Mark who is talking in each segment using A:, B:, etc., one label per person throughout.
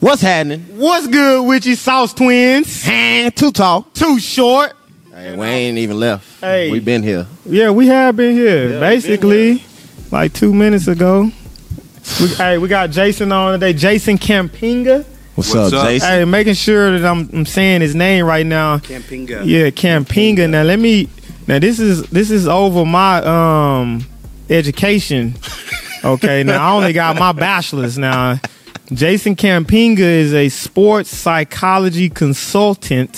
A: What's happening?
B: What's good with you, Sauce Twins?
A: Hand too tall.
B: Too short.
A: Hey, we ain't even left.
B: Hey.
A: we been here.
B: Yeah, we have been here. Basically, like two minutes ago. We, hey, we got Jason on today. Jason Campinga.
A: What's,
C: What's
A: up,
C: up?
A: Jason?
B: Hey, making sure that I'm, I'm saying his name right now.
D: Campinga.
B: Yeah, Campinga. Now let me. Now this is this is over my um education. Okay, now I only got my bachelor's now. Jason Campinga is a sports psychology consultant,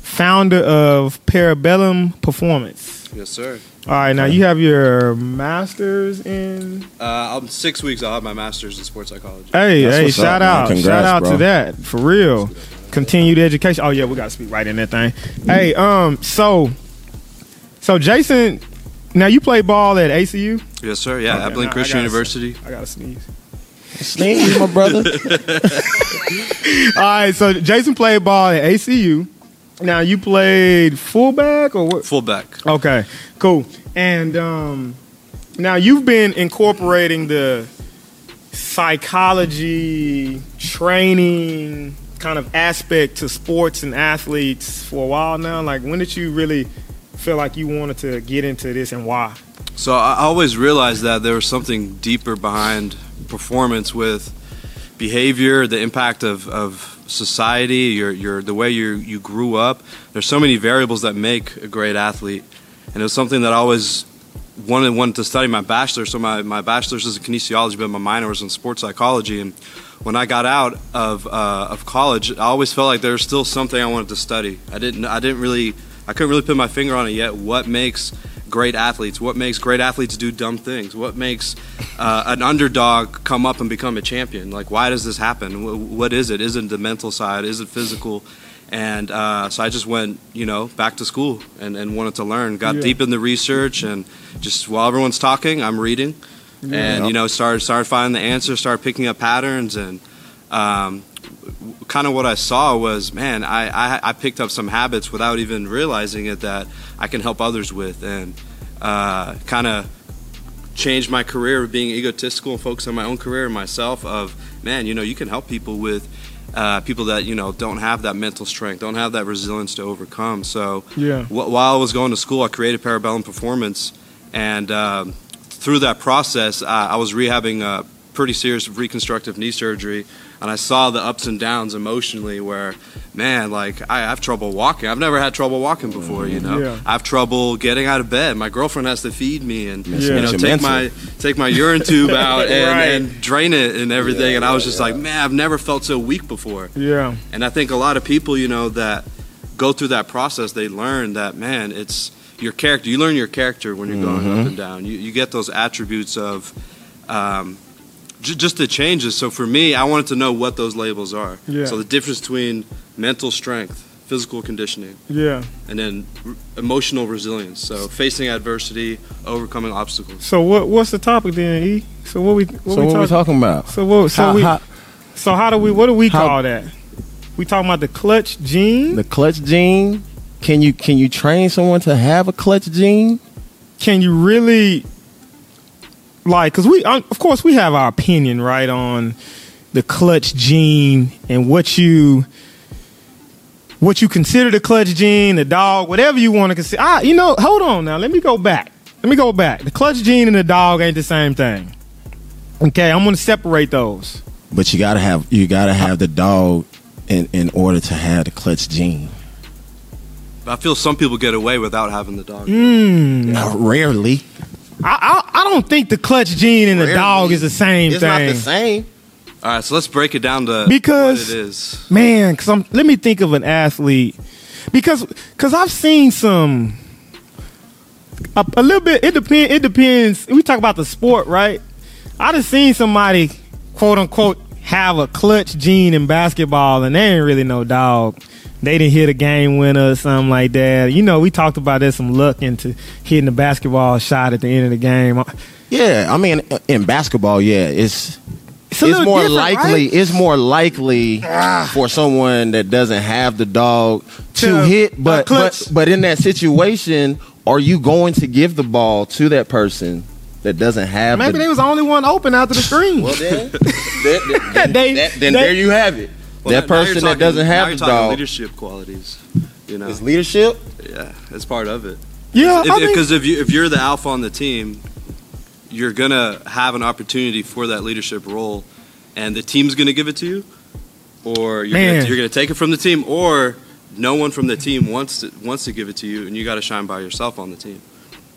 B: founder of Parabellum Performance.
D: Yes, sir.
B: All right, now you have your master's in.
D: Uh, I'm six weeks. I'll have my master's in sports psychology.
B: Hey,
A: That's
B: hey,
A: what's
B: shout
A: up, man.
B: out.
A: Congrats,
B: shout out
A: bro.
B: to that. For real. Continued education. Oh yeah, we gotta speak right in that thing. Hey, um, so so Jason, now you play ball at ACU?
D: Yes, sir. Yeah,
B: Okay,
D: Abilene
B: now I
D: Christian
B: gotta-
D: University.
B: I gotta sneeze.
A: Sneeze, my brother.
B: All right, so Jason played ball at ACU. Now you played fullback or what?
D: Fullback.
B: Okay, cool. And um, now you've been incorporating the psychology training kind of aspect to sports and athletes for a while now. Like, when did you really feel like you wanted to get into this and why?
D: So I I always realized that there was something deeper behind performance with behavior, the impact of, of society, your, your, the way you, you grew up. There's so many variables that make a great athlete. And it was something that I always wanted, wanted to study my bachelor's. So my, my bachelor's is in kinesiology, but my minor was in sports psychology. And when I got out of, uh, of college, I always felt like there was still something I wanted to study. I didn't, I didn't really, I couldn't really put my finger on it yet. What makes great athletes? What makes great athletes do dumb things? What makes uh, an underdog come up and become a champion? Like, why does this happen? Wh- What is it? Is it the mental side? Is it physical? And uh, so I just went, you know, back to school and, and wanted to learn. Got
B: Yeah.
D: deep in the research and just while everyone's talking, I'm reading, and you know, started started finding the answers, started picking up patterns, and um, kind of what I saw was, man, I, I I picked up some habits without even realizing it that I can help others with, and uh, kind of changed my career of being egotistical and focused on my own career and myself. Of man, you know, you can help people with. Uh, people that you know don't have that mental strength, don't have that resilience to overcome. So,
B: Yeah.
D: Wh- while I was going to school, I created Parabellum Performance, and um, through that process, I, I was rehabbing a pretty serious reconstructive knee surgery, and I saw the ups and downs emotionally. Where, man, like I have trouble walking. I've never had trouble walking before. You know,
B: Yeah.
D: I have trouble getting out of bed. My girlfriend has to feed me, and
B: Yeah.
D: you know,
A: It's
D: take
A: mental.
D: my take my urine tube out and,
B: Right.
D: and drain it and everything. and I was just like, man, I've never felt so weak before.
B: Yeah.
D: And I think a lot of people, you know, that go through that process, they learn that, man, it's your character. You learn your character when you're going
B: Mm-hmm.
D: up and down. You, you get those attributes of um, j- just the changes. So for me, I wanted to know what those labels are.
B: Yeah.
D: So the difference between mental strength, physical conditioning,
B: Yeah.
D: and then r emotional resilience. So facing adversity, overcoming obstacles.
B: So what what's the topic then, E? So what we what
A: so
B: we,
A: what
B: talk-
A: we talking about?
B: So what so
A: How-
B: we
A: how-
B: so how do we what do we
A: How-
B: call that? We talking about the clutch gene?
A: the clutch gene. Can you can you train someone to have a clutch gene?
B: can you really like because we um, of course we have our opinion right on the clutch gene and what you what you consider the clutch gene the dog whatever you want to consider ah you know hold on now let me go back let me go back the clutch gene and the dog ain't the same thing okay i'm gonna separate those
A: But you gotta have you gotta have the dog in in order to have the clutch gene.
D: I feel some people get away without having the dog.
B: Mm.
A: Now, rarely.
B: I, I i don't think the clutch gene and the dog is the same
A: It's
B: thing
A: not the same.
D: All right, so let's break it down to
B: Because-
D: what it is.
B: man because i'm let me think of an athlete because because i've seen some a, a little bit it depend it depends we talk about the sport right i just seen somebody quote unquote have a clutch gene in basketball and they ain't really no dog they didn't hit a game winner or something like that you know we talked about there's some luck into hitting the basketball shot at the end of the game
A: Yeah, I mean in basketball, yeah, it's it's,
B: it's, a little
A: more
B: different,
A: likely
B: right? Ah.
A: it's more likely for someone that doesn't have the dog to,
B: To
A: hit,
B: a
A: but,
B: clutch.
A: but but in that situation, are you going to give the ball to that person that doesn't have
B: maybe
A: the
B: they was the only one open after the screen
A: Well then, then, then,
B: They-
A: that- then
B: they-
A: there you have it.
D: Well,
A: that
D: now you're
A: person that
D: talking-
A: doesn't
D: now
A: have
D: you're
A: the
D: talking
A: dog
D: leadership qualities. You know,
A: is leadership.
D: yeah, it's part of it.
B: Yeah, I mean,
D: Because if, you if you're the alpha on the team, you're gonna have an opportunity for that leadership role, and the team's gonna give it to you, or you're
B: Man.
D: gonna, you're gonna take it from the team, or no one from the team wants to wants to give it to you, and you got to shine by yourself on the team.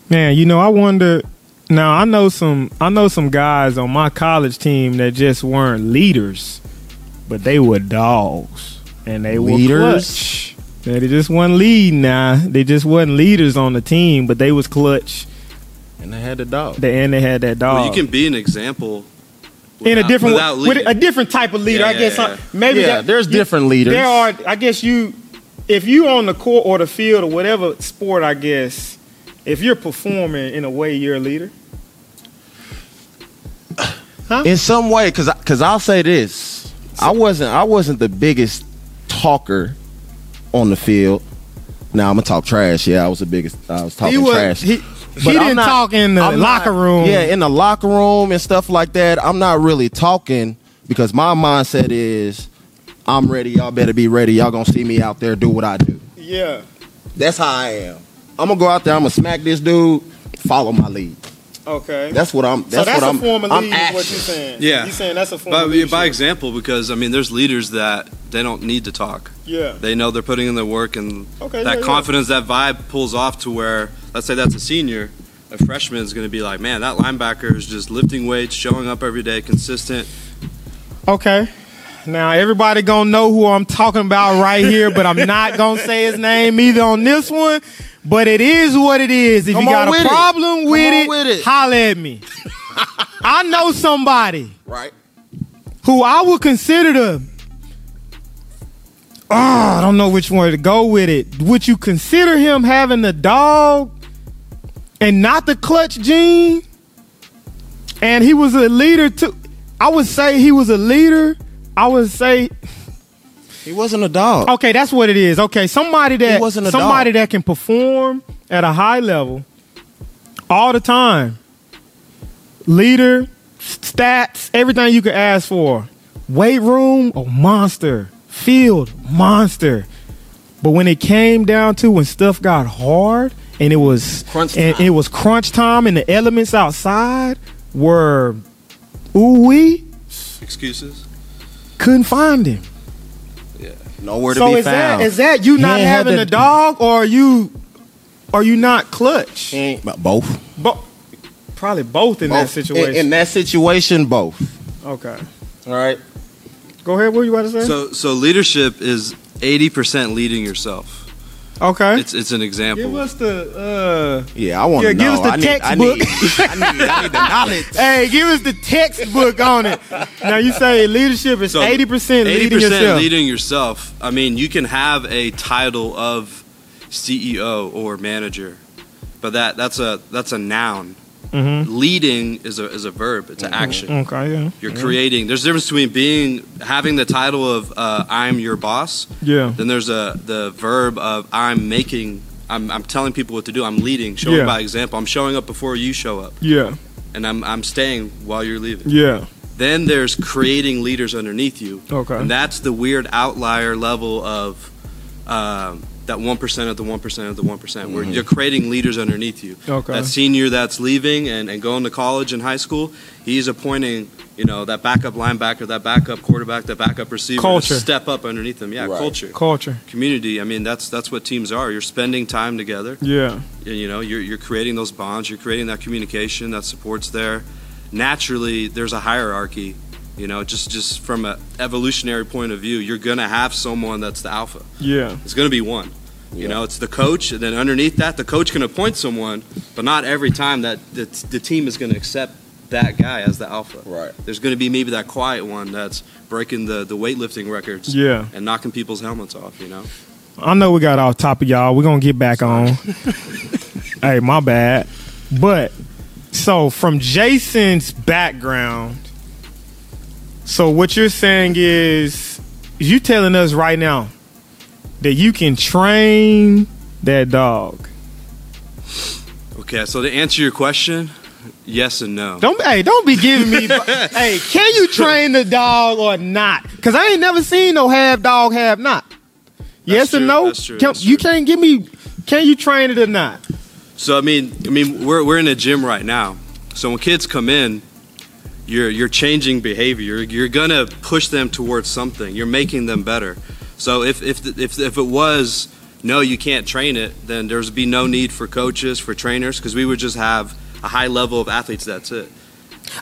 B: man, you know, I wonder. Now I know some. I know some guys on my college team that just weren't leaders, but they were dogs, and they were
A: Leaders?
B: clutch. Yeah, They just wasn't leading. Now they just wasn't leaders on the team, but they was clutch.
A: And they had the dog.
B: They and they had that dog.
D: Well, you can be an example
B: Oh. in a
D: without-
B: different
D: without
B: with
D: leading.
B: a different type of leader.
D: Yeah,
B: I
D: yeah,
B: guess
D: yeah.
B: I- maybe
A: yeah,
B: that,
A: there's
B: you-
A: different leaders.
B: There are. I guess you, if you on the court or the field or whatever sport, I guess if you're performing in a way, you're a leader.
A: in some way because because i'll say this i wasn't i wasn't the biggest talker on the field now i'm gonna talk trash yeah i was the biggest i was talking trash
B: He,
A: But I'm
B: didn't
A: not-
B: talk in the
A: I'm not-
B: locker room.
A: yeah in the locker room and stuff like that i'm not really talking because my mindset is i'm ready y'all better be ready y'all gonna see me out there do what i do
B: yeah.
A: that's how i am i'm gonna go out there i'm gonna smack this dude follow my lead
B: Okay.
A: that's what i'm that's,
B: so that's
A: what
B: a
A: i'm
B: form of
A: I'm
B: lead. Is what
A: action.
B: you're saying?
D: Yeah.
B: You're saying that's a form
D: by,
B: of
D: by
B: leadership.
D: example because I mean there's leaders that they don't need to talk.
B: Yeah.
D: They know they're putting in their work and
B: Okay.
D: that
B: yeah, yeah.
D: confidence, that vibe pulls off to where let's say that's a senior, a freshman is going to be like, man, that linebacker is just lifting weights, showing up every day, consistent.
B: Okay. Now everybody gonna know who I'm talking about right here, but I'm not gonna say his name either on this one. But it is what it is. If
A: Come on
B: you got a
A: with it.
B: problem
A: Come
B: with
A: on
B: it,
A: with it.
B: holler at me. I know somebody
A: right
B: who I would consider to. Oh, I don't know which one to go with it. Would you consider him having the dog and not the clutch gene? And he was a leader too. I would say he was a leader. I would say
A: he wasn't a dog
B: okay, that's what it is. Okay, somebody that
A: He wasn't a
B: somebody
A: dog.
B: that can perform at a high level all the time. Leader, stats, everything you could ask for. Weight room, a monster. Field, monster. But when it came down to when stuff got hard and it was
A: Crunch
B: and
A: time.
B: it was crunch time and the elements outside were ooh we
D: Excuses?
B: couldn't find him.
A: nowhere to
B: so
A: be
B: is
A: found
B: that is that you
A: He
B: not
A: ain't had
B: having
A: the-
B: a dog or are you are you not clutch?
A: both
B: Bo- probably both in that
A: Both.
B: situation.
A: In, in that situation, both.
B: okay,
A: All right.
B: go ahead. What you about to say?
D: So, so leadership is 80% leading yourself.
B: okay,
D: It's, it's an
B: give
D: example.
B: us the uh,
A: Yeah, I want to
B: Yeah,
A: know.
B: give us the
A: I need,
B: textbook.
A: I need, I need, I need the knowledge.
B: uh hey, give us the textbook on it. Now you say leadership is
D: So,
B: eighty percent leading
D: 80%
B: yourself.
D: leading yourself. I mean, you can have a title of CEO or manager, but that, that's a, that's a noun.
B: Mhm.
D: Mm-hmm. Leading is a, is a verb. It's an action.
B: Okay, yeah,
D: You're creating. There's a difference between being having the title of uh, "I'm your boss."
B: yeah,
D: Then there's a the verb of "I'm making." I'm, I'm telling people what to do. I'm leading, showing
B: Yeah.
D: by example. I'm showing up before you show up,
B: yeah,
D: and I'm I'm staying while you're leaving.
B: yeah.
D: Then there's creating leaders underneath you,
B: Okay,
D: and that's the weird outlier level of um, that one percent of the one percent of the one percent,
B: Mm-hmm.
D: where you're creating leaders underneath you
B: okay.
D: that senior that's leaving and, and going to college and high school, he's appointing, you know, that backup linebacker, that backup quarterback, that backup receiver
B: Culture.
D: to step up underneath them. Yeah,
A: Right.
D: culture,
B: Culture.
D: community. I mean, that's that's what teams are. You're spending time together.
B: Yeah.
D: You, you know, you're, you're creating those bonds. You're creating that communication, that support's there. Naturally, there's a hierarchy. You know, just just from an evolutionary point of view, you're gonna have someone that's the alpha.
B: Yeah.
D: It's going to be one. You
A: Yeah.
D: know, it's the coach, and then underneath that, the coach can appoint someone, but not every time that the, the team is going to accept that guy as the alpha.
A: Right.
D: There's going to be maybe that quiet one that's breaking the, the weightlifting records
B: Yeah.
D: and knocking people's helmets off, you know?
B: I know we got off topic, y'all. We're gonna get back on. hey, my bad. But so from Jason's background, so what you're saying is you telling us right now that you can train that dog.
D: Okay, so to answer your question, yes and no.
B: Don't hey, don't be giving me. hey, can you train the dog or not? Cause I ain't never seen no half dog, half not. yes
D: true,
B: or no?
D: that's true,
B: Can-
D: that's
B: You
D: true.
B: can't give me. Can you train it or not?
D: So I mean, I mean, we're we're in a gym right now. So when kids come in, you're you're changing behavior. You're, you're gonna push them towards something. You're making them better. So if if the- if if it was no, you can't train it, then there's be no need for coaches for trainers because we would just have a high level of athletes. That's it.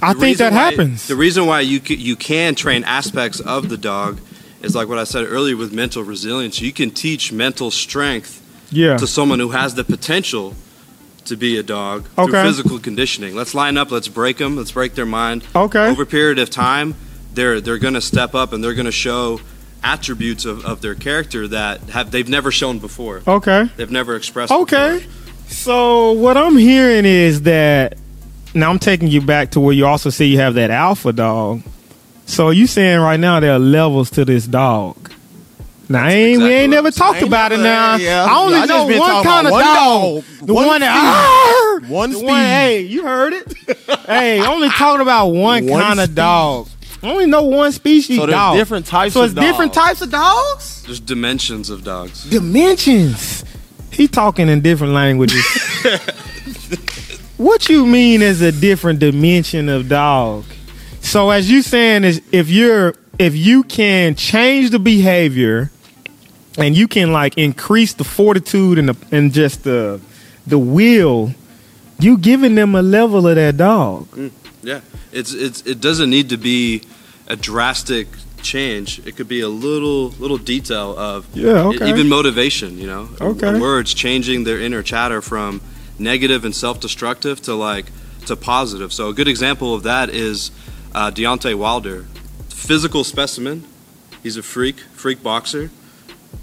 B: I
D: The
B: think
D: reason
B: that
D: why-
B: happens.
D: The reason why you ca- you can train aspects of the dog is like what I said earlier with mental resilience. You can teach mental strength
B: yeah.
D: to someone who has the potential to be a dog
B: Okay.
D: through physical conditioning. Let's line up. Let's break them. Let's break their mind.
B: Okay.
D: Over a period of time, they're they're going to step up and they're going to show attributes of, of their character that have they've never shown before.
B: Okay.
D: They've never expressed.
B: Okay. So what I'm hearing is that now I'm taking you back to where you also say you have that alpha dog. So you saying right now there are levels to this dog. Now I ain't, we
D: exactly
B: ain't
D: what
B: never
D: I'm
B: talked
A: ain't
B: about it
A: never-
B: now.
A: yeah,
B: I only
A: I just
B: know
A: been
B: one
A: talking
B: kind of
A: about
B: dog.
A: one dog,
B: The one,
A: one
B: that
A: speed, one
B: the one-
A: speed.
B: Hey, you heard it. hey, only talking about one,
A: One
B: kind of
A: species.
B: dog. I only know one species
A: So there's
B: dog.
A: different types
B: So
A: of
B: it's different
A: dogs.
B: types of dogs
D: There's dimensions of dogs.
B: dimensions. He talking in different languages. what you mean is a different dimension of dog? So as you saying is if you're if you can change the behavior and you can like increase the fortitude and the, and just the the will, you giving them a level of that dog.
D: Yeah. It's it's it doesn't need to be a drastic change. It could be a little little detail of
B: Yeah,
D: E- even motivation you know A- a
B: Okay.
D: words changing their inner chatter from negative and self-destructive to like to positive so a good example of that is uh, Deontay Wilder physical specimen he's a freak freak boxer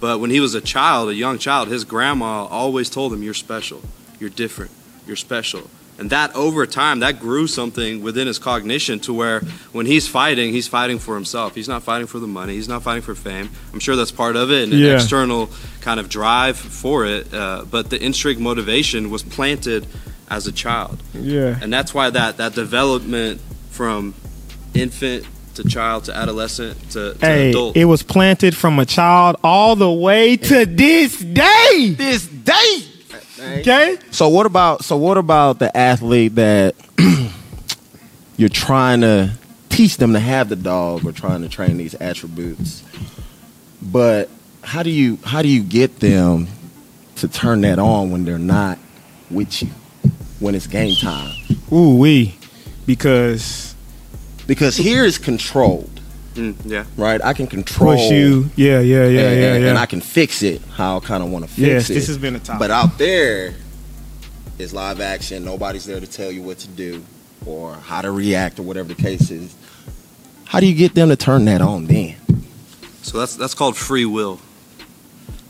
D: but when he was a child a young child his grandma always told him you're special you're different you're special and that over time that grew something within his cognition to where when he's fighting he's fighting for himself he's not fighting for the money he's not fighting for fame i'm sure that's part of it and an
B: Yeah.
D: external kind of drive for it uh, but the intrinsic motivation was planted as a child
B: yeah.
D: and that's why that that development from infant to child to adolescent to, to
B: Hey,
D: adult
B: it was planted from a child all the way to this day.
A: This day.
B: Okay?
A: So what about so what about the athlete that you're trying to teach them to have the dog or trying to train these attributes? But how do you how do you get them to turn that on when they're not with you when it's game time?
B: Ooh wee, because
A: Because here is controlled,
D: Mm, yeah
A: right? I can control
B: push you. Yeah, yeah, yeah,
A: and,
B: yeah,
A: and-
B: yeah.
A: and I can fix it how I kind of want to fix
B: yes,
A: it.
B: this has been a topic.
A: But out there is live action. Nobody's there to tell you what to do or how to react or whatever the case is. How do you get them to turn that on then?
D: So that's that's called free will.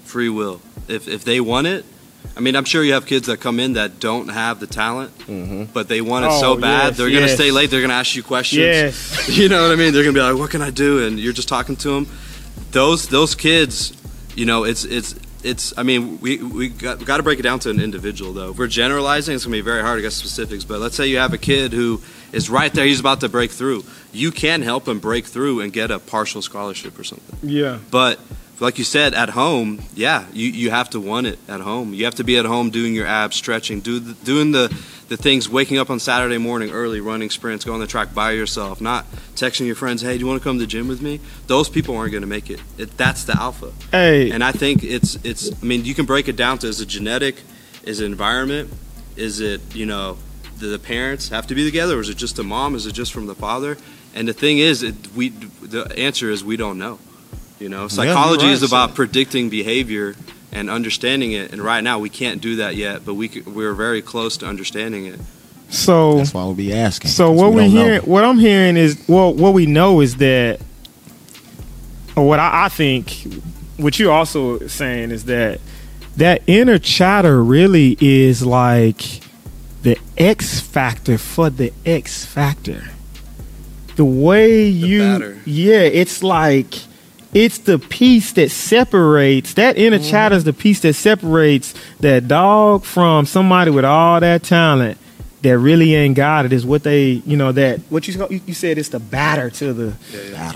D: Free will. If if they want it, I mean, I'm sure you have kids that come in that don't have the talent, but they want it
B: Oh,
D: so bad
B: yes,
D: they're gonna
B: yes.
D: stay late. They're gonna ask you questions.
B: yes.
D: You know what I mean? They're gonna be like, "What can I do?" And you're just talking to them. Those those kids, you know, it's it's it's. I mean, we we got, got to break it down to an individual though. If we're generalizing, it's gonna be very hard to get specifics. But let's say you have a kid who is right there. He's about to break through. You can help him break through and get a partial scholarship or something.
B: Yeah.
D: But like you said, at home, yeah, you, you have to want it at home. You have to be at home doing your abs, stretching, do the, doing the, the things, waking up on Saturday morning early, running sprints, going on the track by yourself, not texting your friends, hey, do you want to come to the gym with me? Those people aren't going to make it. it. That's the alpha.
B: Hey.
D: And I think it's, it's, I mean, you can break it down to is it genetic? Is it environment? Is it, you know, do the parents have to be together? Or is it just the mom? Is it just from the father? And the thing is, it, we, the answer is we don't know. You know,
A: you're
D: psychology is
A: right,
D: about predicting behavior and understanding it. And right now, we can't do that yet, but we c we're very close to understanding it.
B: So
A: That's why we'll be asking.
B: so
A: 'cause
B: what
A: we
B: we
A: don't know.
B: hearing what I'm hearing is well what we know is that or what I, I think what you're also saying is that that inner chatter really is like the X factor for the X factor. The way you
D: batter.
B: yeah, it's like it's the piece that separates that inner
A: Mm-hmm.
B: chatter is the piece that separates that dog from somebody with all that talent that really ain't got it is what they, you know, that what you you said it's the batter to the.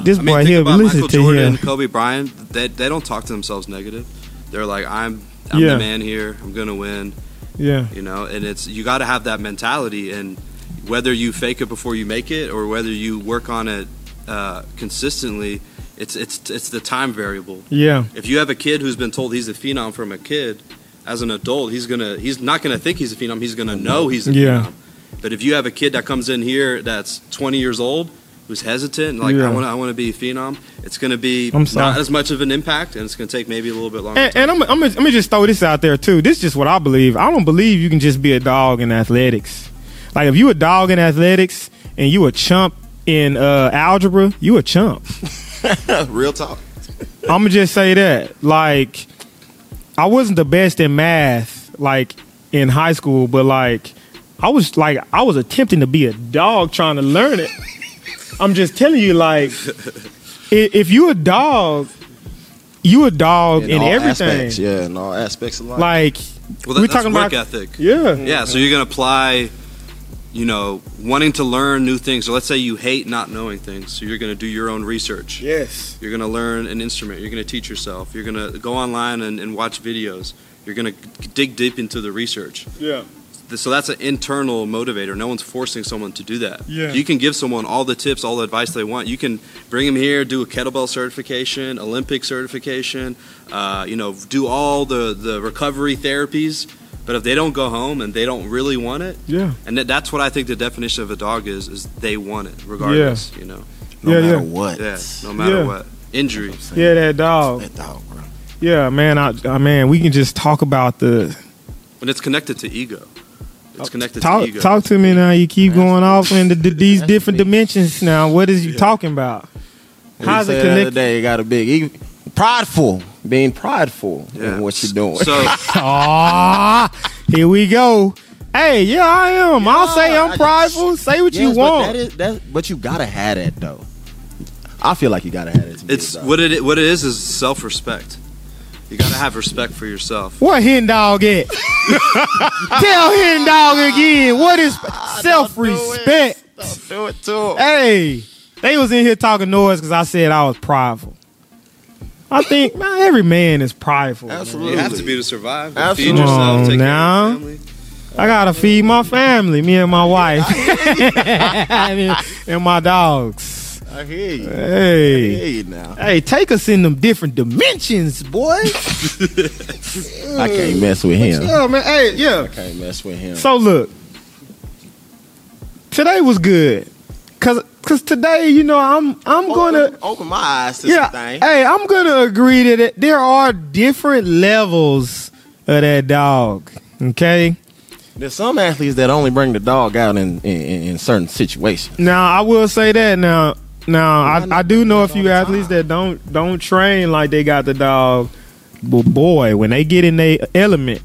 B: This
D: I
B: boy
D: mean, think
B: here,
D: about
B: listen
D: Michael
B: to
D: Jordan
B: him.
D: and Kobe Bryant. They, they don't talk to themselves negative. They're like, I'm, I'm
B: Yeah.
D: the man here. I'm gonna win.
B: Yeah,
D: You know, and it's you got to have that mentality. And whether you fake it before you make it, or whether you work on it uh, consistently, it's it's it's the time variable.
B: yeah,
D: If you have a kid who's been told he's a phenom from a kid, as an adult, he's gonna he's not gonna think he's a phenom. He's gonna know he's a
B: Yeah.
D: phenom. But if you have a kid that comes in here that's 20 years old, who's hesitant, like
B: Yeah.
D: I want I want to be a phenom, it's gonna be
B: I'm sorry. Eh,
D: not as much of an impact, and it's gonna take maybe a little bit longer.
B: and, and I'm, I'm, gonna- I'm gonna just throw this out there too. This is just what I believe. I don't believe you can just be a dog in athletics. Like if you a dog in athletics and you a chump in uh, algebra, you a chump.
A: Real talk.
B: I'm gonna just say that. Like, I wasn't the best in math, like in high school, but like, I was like, I was attempting to be a dog trying to learn it. I'm just telling you, like, i- if you a dog, you a dog in,
A: all
B: everything.
A: aspects, yeah, in all aspects of life.
B: Like,
D: Well,
B: we're
D: that, that's
B: talking
D: work
B: about,
D: ethic.
B: yeah,
D: Yeah, so you're gonna apply, you know, wanting to learn new things. So let's say you hate not knowing things, so you're gonna do your own research.
B: yes,
D: You're gonna learn an instrument. You're gonna teach yourself. You're gonna go online and, and watch videos. You're gonna dig deep into the research.
B: yeah,
D: Th- So that's an internal motivator. No one's forcing someone to do that.
B: Yeah.
D: You can give someone all the tips, all the advice they want. You can bring them here, do a kettlebell certification, Olympic certification, uh, you know, do all the, the recovery therapies. But if they don't go home and they don't really want it,
B: yeah,
D: and that, that's what I think the definition of a dog is, is they want it regardless, you know.
A: no
B: yeah,
A: matter
B: yeah.
A: what.
D: Yeah, no matter
B: Yeah.
D: what. Injury.
B: yeah. That dog,
A: That dog, bro.
B: yeah, man. I, I man, we can just talk about the
D: And it's connected to ego. It's connected to
B: talk,
D: ego.
B: talk to me now. You keep going off into the, these
A: That's
B: different
A: me.
B: dimensions now. What is you talking about? How's
A: How's
B: it
A: it connected?
B: connect-
A: Day you got a big ego. prideful, being prideful
D: Yeah.
A: in what you're doing.
D: So
B: Ah, here we go. Hey, yeah, I am. I'll
A: Yeah,
B: say
A: I
B: I'm
A: just-
B: prideful. Say what
A: Yes,
B: you
A: but that
B: want.
A: is that. But you gotta have that though. I feel like you gotta have it. to be a
D: It's
A: dog.
D: what it what it is is self respect. You gotta have respect for yourself.
B: What hen dog at? Tell hen dog again. What is self respect?
A: Don't do it to him.
B: Hey, they was in here talking noise because I said I was prideful. I think man, every man is prideful. man.
A: Absolutely.
D: You have to be to survive. To feed
A: Absolutely.
B: Come
D: yourself, take
B: now.
D: care of your family.
B: I gotta feed my family, me and my wife, and, and my dogs.
A: I hear you. I hear
B: Hey,
A: you now.
B: hey, take us in them different dimensions, boy.
A: I can't mess with him.
B: yeah, man. Hey, yeah.
A: Mm. Can't mess with him.
B: So look, today was good, cause cause today, you know, I'm I'm gonna.
A: open, open my eyes to
B: Yeah,
A: something.
B: hey, I'm gonna agree that it- there are different levels of that dog. Okay,
A: There's some athletes that only bring the dog out in in, in in certain situations.
B: Now I will say that now. Now
A: I
B: I,
A: know
B: I do know a
A: people
B: few
A: all the
B: athletes that don't don't train like they got the dog, but boy, when they get in their element,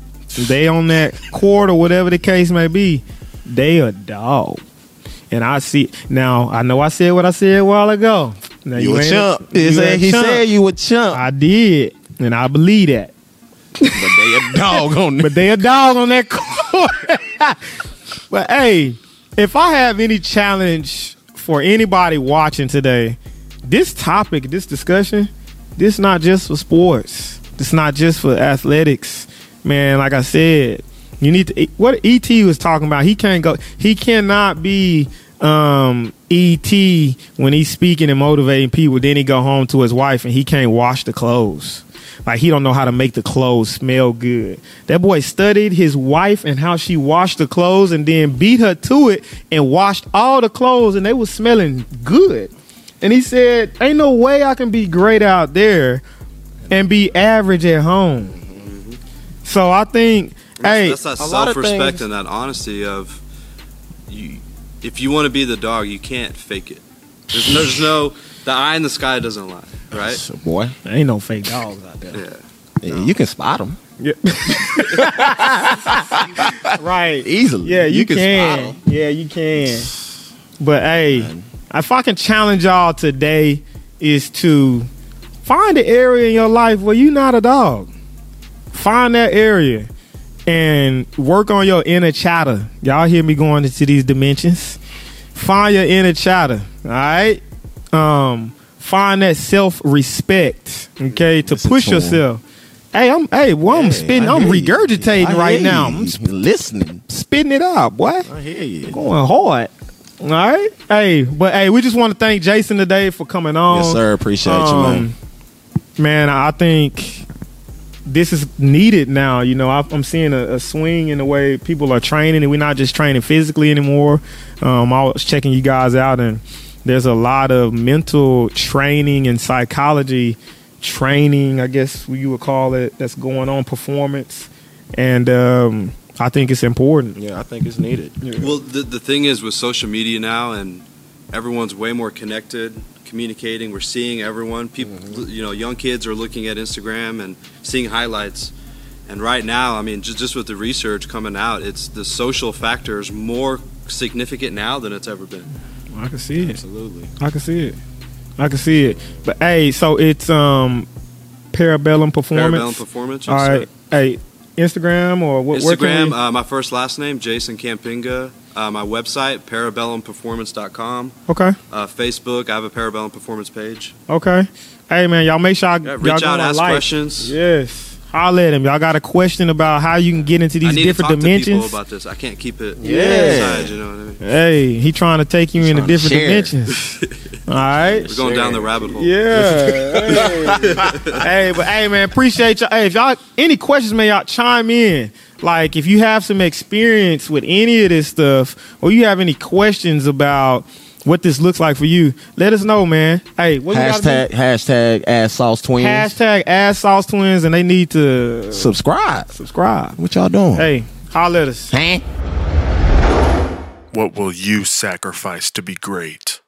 B: they on that court or whatever the case may be, they a dog. And I see now. I know I said what I said a while ago. Now
A: You, a
B: ain't-
A: chump.
B: you
A: He said,
B: ain't
A: he
B: chump.
A: said you a chump.
B: I did, and I believe that.
A: but they a dog on
B: But they a dog on that court. but hey, if I have any challenge for anybody watching today, this topic, this discussion, this not just for sports. It's not just for athletics. Man, like I said, you need to e, what ET was talking about. He can't go he cannot be um ET when he's speaking and motivating people, then he go home to his wife and he can't wash the clothes. Like he don't know how to make the clothes smell good. That boy studied his wife and how she washed the clothes and then beat her to it and washed all the clothes and they were smelling good. And he said, "Ain't no way I can be great out there and be average at home." So I think, hey,
D: that's that
A: a lot of
D: self respect
A: things-
D: and that honesty of you. If you want to be the dog, you can't fake it. There's no, there's no the eye in the sky doesn't lie, right?
A: Boy,
B: ain't no fake dogs out there,
D: Yeah.
A: you can spot them
B: right?
A: easily.
B: Yeah, you,
A: can. spot
B: can.
A: 'em.
B: yeah, you can. But hey, if I can challenge y'all today is to find an area in your life where you're not a dog. Find that area. and work on your inner chatter. Y'all hear me going into these dimensions? Find your inner chatter. All right. Um, find that self respect. Okay, to
A: Listen
B: push
A: to 'em.
B: yourself. Hey, I'm hey, well, I'm
A: Hey,
B: spitting,
A: I
B: I'm
A: hear you.
B: regurgitating
A: I hear
B: right now.
A: you.
B: I'm sp-
A: listening.
B: spitting it out, boy
A: I hear you.
B: going hard. All right. Hey, but hey, we just want to thank Jason today for coming on.
A: Yes, sir. Appreciate you, man.
B: um, man, I think this is needed now. You know, I, I'm seeing a, a swing in the way people are training, and we're not just training physically anymore. Um, I was checking you guys out, and there's a lot of mental training and psychology training, I guess you would call it, that's going on performance, and um, I think it's important.
A: Yeah, I think it's needed.
D: Well, the, the thing is with social media now, and everyone's way more connected, communicating. We're seeing everyone. People,
B: Mm-hmm.
D: you know, young kids are looking at Instagram and seeing highlights. And right now, I mean, just, just with the research coming out, it's the social factor is more significant now than it's ever been.
B: I can see it.
D: Absolutely.
B: I can see it. I can see it. But hey, so it's um Parabellum Performance.
D: Parabellum performance.
B: All
D: yes, sir.
B: right. Hey, Instagram or what? Where can
D: Instagram,
B: we,
D: uh, my first last name, Jason Campinga. Uh, my website, parabellumperformance.com.
B: okay.
D: Uh, Facebook, I have a Parabellum Performance page.
B: Okay. Hey man, y'all make sure I,
D: Yeah,
B: Mm-hmm. y'all
D: reach
B: go
D: out,
B: and
D: ask
B: like.
D: questions.
B: Yes. Holla at him. Y'all got a question about how you can get into
D: I
B: these
D: need
B: different
D: to talk to
B: dimensions?
D: people about this. I can't keep it
A: Yeah.
D: inside, you know what I mean?
B: hey, he trying to take you
A: He's
B: into
A: trying to
B: different
A: share.
B: dimensions. All right.
D: We're going down the rabbit hole.
B: Yeah. hey. Hey, but hey, man, appreciate y'all. Hey, if y'all any questions, man, y'all chime in. Like, if you have some experience with any of this stuff, or you have any questions about what this looks like for you, let us know, man. Hey, what
A: Hashtag hashtag ass sauce
B: we
A: twins.
B: gotta do? hashtag ass sauce twins, and they need to
A: Subscribe.
B: subscribe.
A: What y'all doing?
B: Hey, holler at us.
A: Hey.
C: What will you sacrifice to be great?